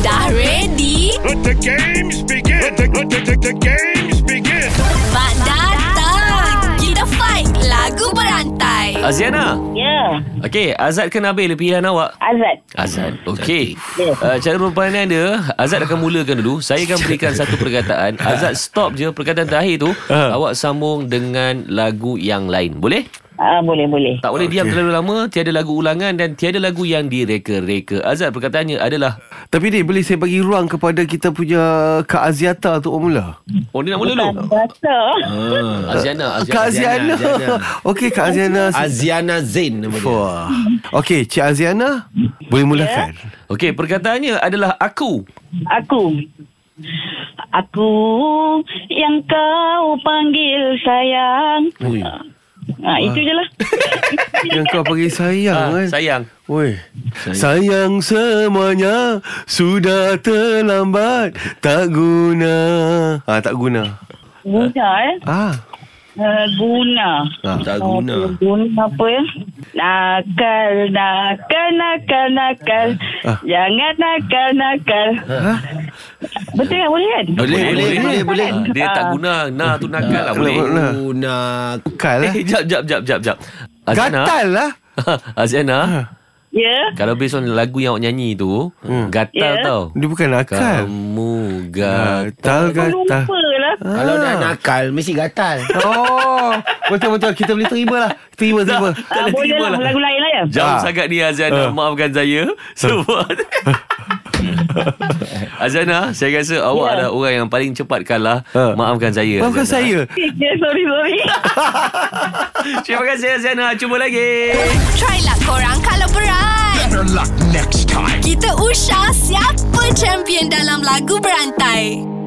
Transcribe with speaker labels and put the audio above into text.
Speaker 1: Dah ready?
Speaker 2: Let the games begin. Let the, let the, the, the games begin.
Speaker 1: Mak datang! Kita fight lagu berantai.
Speaker 3: Aziana
Speaker 4: Ya,
Speaker 3: Okey Azad ke Nabil pilihan awak
Speaker 4: Azad.
Speaker 3: Azad Okey uh, Cara permainan dia Azad akan mulakan dulu Saya akan berikan satu perkataan Azad stop je Perkataan terakhir tu
Speaker 5: Ah.
Speaker 3: Awak sambung dengan lagu yang lain Boleh?
Speaker 4: Ah, boleh, boleh.
Speaker 3: Tak boleh diam terlalu lama Tiada lagu ulangan Dan tiada lagu yang direka-reka Azad perkataannya adalah
Speaker 5: Tapi ni boleh saya bagi ruang kepada kita punya Kak Aziata untuk bermula?
Speaker 3: Oh dia nak mula dulu Ah,
Speaker 4: Rasa.
Speaker 3: Aziana
Speaker 5: Kak Aziana.
Speaker 6: Aziana.
Speaker 5: Okey Kak Aziana.
Speaker 6: Aziana Zain nama dia.
Speaker 5: Wah. Okey Cik Aziana boleh mulakan.
Speaker 3: Okey perkataannya adalah Aku
Speaker 4: Aku. Aku yang kau panggil sayang.
Speaker 5: Ui.
Speaker 4: Ah, itu je lah.
Speaker 5: Yang kau panggil sayang
Speaker 3: Ah,
Speaker 5: kan.
Speaker 3: Sayang
Speaker 5: Oi. Sayang semuanya sudah terlambat tak guna. Ah tak guna.
Speaker 4: Guna eh.
Speaker 5: Ah.
Speaker 4: Uh, guna. Ah,
Speaker 6: Tak guna.
Speaker 4: Guna apa ya? Nakal, nakal, nakal, nakal.
Speaker 5: Ah.
Speaker 4: Jangan nakal, nakal. Betul kan? Boleh kan?
Speaker 6: Boleh, boleh, boleh, boleh.
Speaker 3: Ah, Dia tak guna Nah tu nakal lah boleh
Speaker 5: Guna.
Speaker 6: Guna.
Speaker 5: Kal lah.
Speaker 3: Eh jap jap jap jap jap Aziana
Speaker 5: Gatal lah.
Speaker 3: Aziana
Speaker 4: Ya. Yeah.
Speaker 3: Kalau based on lagu yang awak nyanyi tu
Speaker 5: Hmm.
Speaker 3: Gatal
Speaker 4: Ya.
Speaker 3: tau
Speaker 5: Dia bukan akal. Ah,
Speaker 3: Kamu gatal
Speaker 5: Gatal
Speaker 4: Aku
Speaker 5: gatal.
Speaker 4: lupa lah.
Speaker 6: Kalau dah nakal mesti gatal.
Speaker 5: Oh, betul-betul kita boleh terima lah. Terima, terima.
Speaker 3: Tak
Speaker 4: Ah,
Speaker 3: boleh
Speaker 4: boleh
Speaker 3: terima
Speaker 4: lah.
Speaker 3: lah.
Speaker 4: Lagu lain lah ya?
Speaker 3: Jauh
Speaker 5: Ah.
Speaker 3: sangat ni Aziana
Speaker 5: Ah.
Speaker 3: Maafkan saya Sebab Aziana Saya rasa awak
Speaker 4: Ya.
Speaker 3: adalah orang yang paling cepat kalah
Speaker 5: Ah.
Speaker 3: Maafkan saya
Speaker 5: Maafkan
Speaker 3: Aziana.
Speaker 5: saya.
Speaker 4: Ya, sorry, sorry.
Speaker 3: Terima kasih Aziana Cuba lagi
Speaker 1: Try lah korang kalau berat.
Speaker 2: Better luck next time.
Speaker 1: Kita usah siapa champion dalam lagu berantai.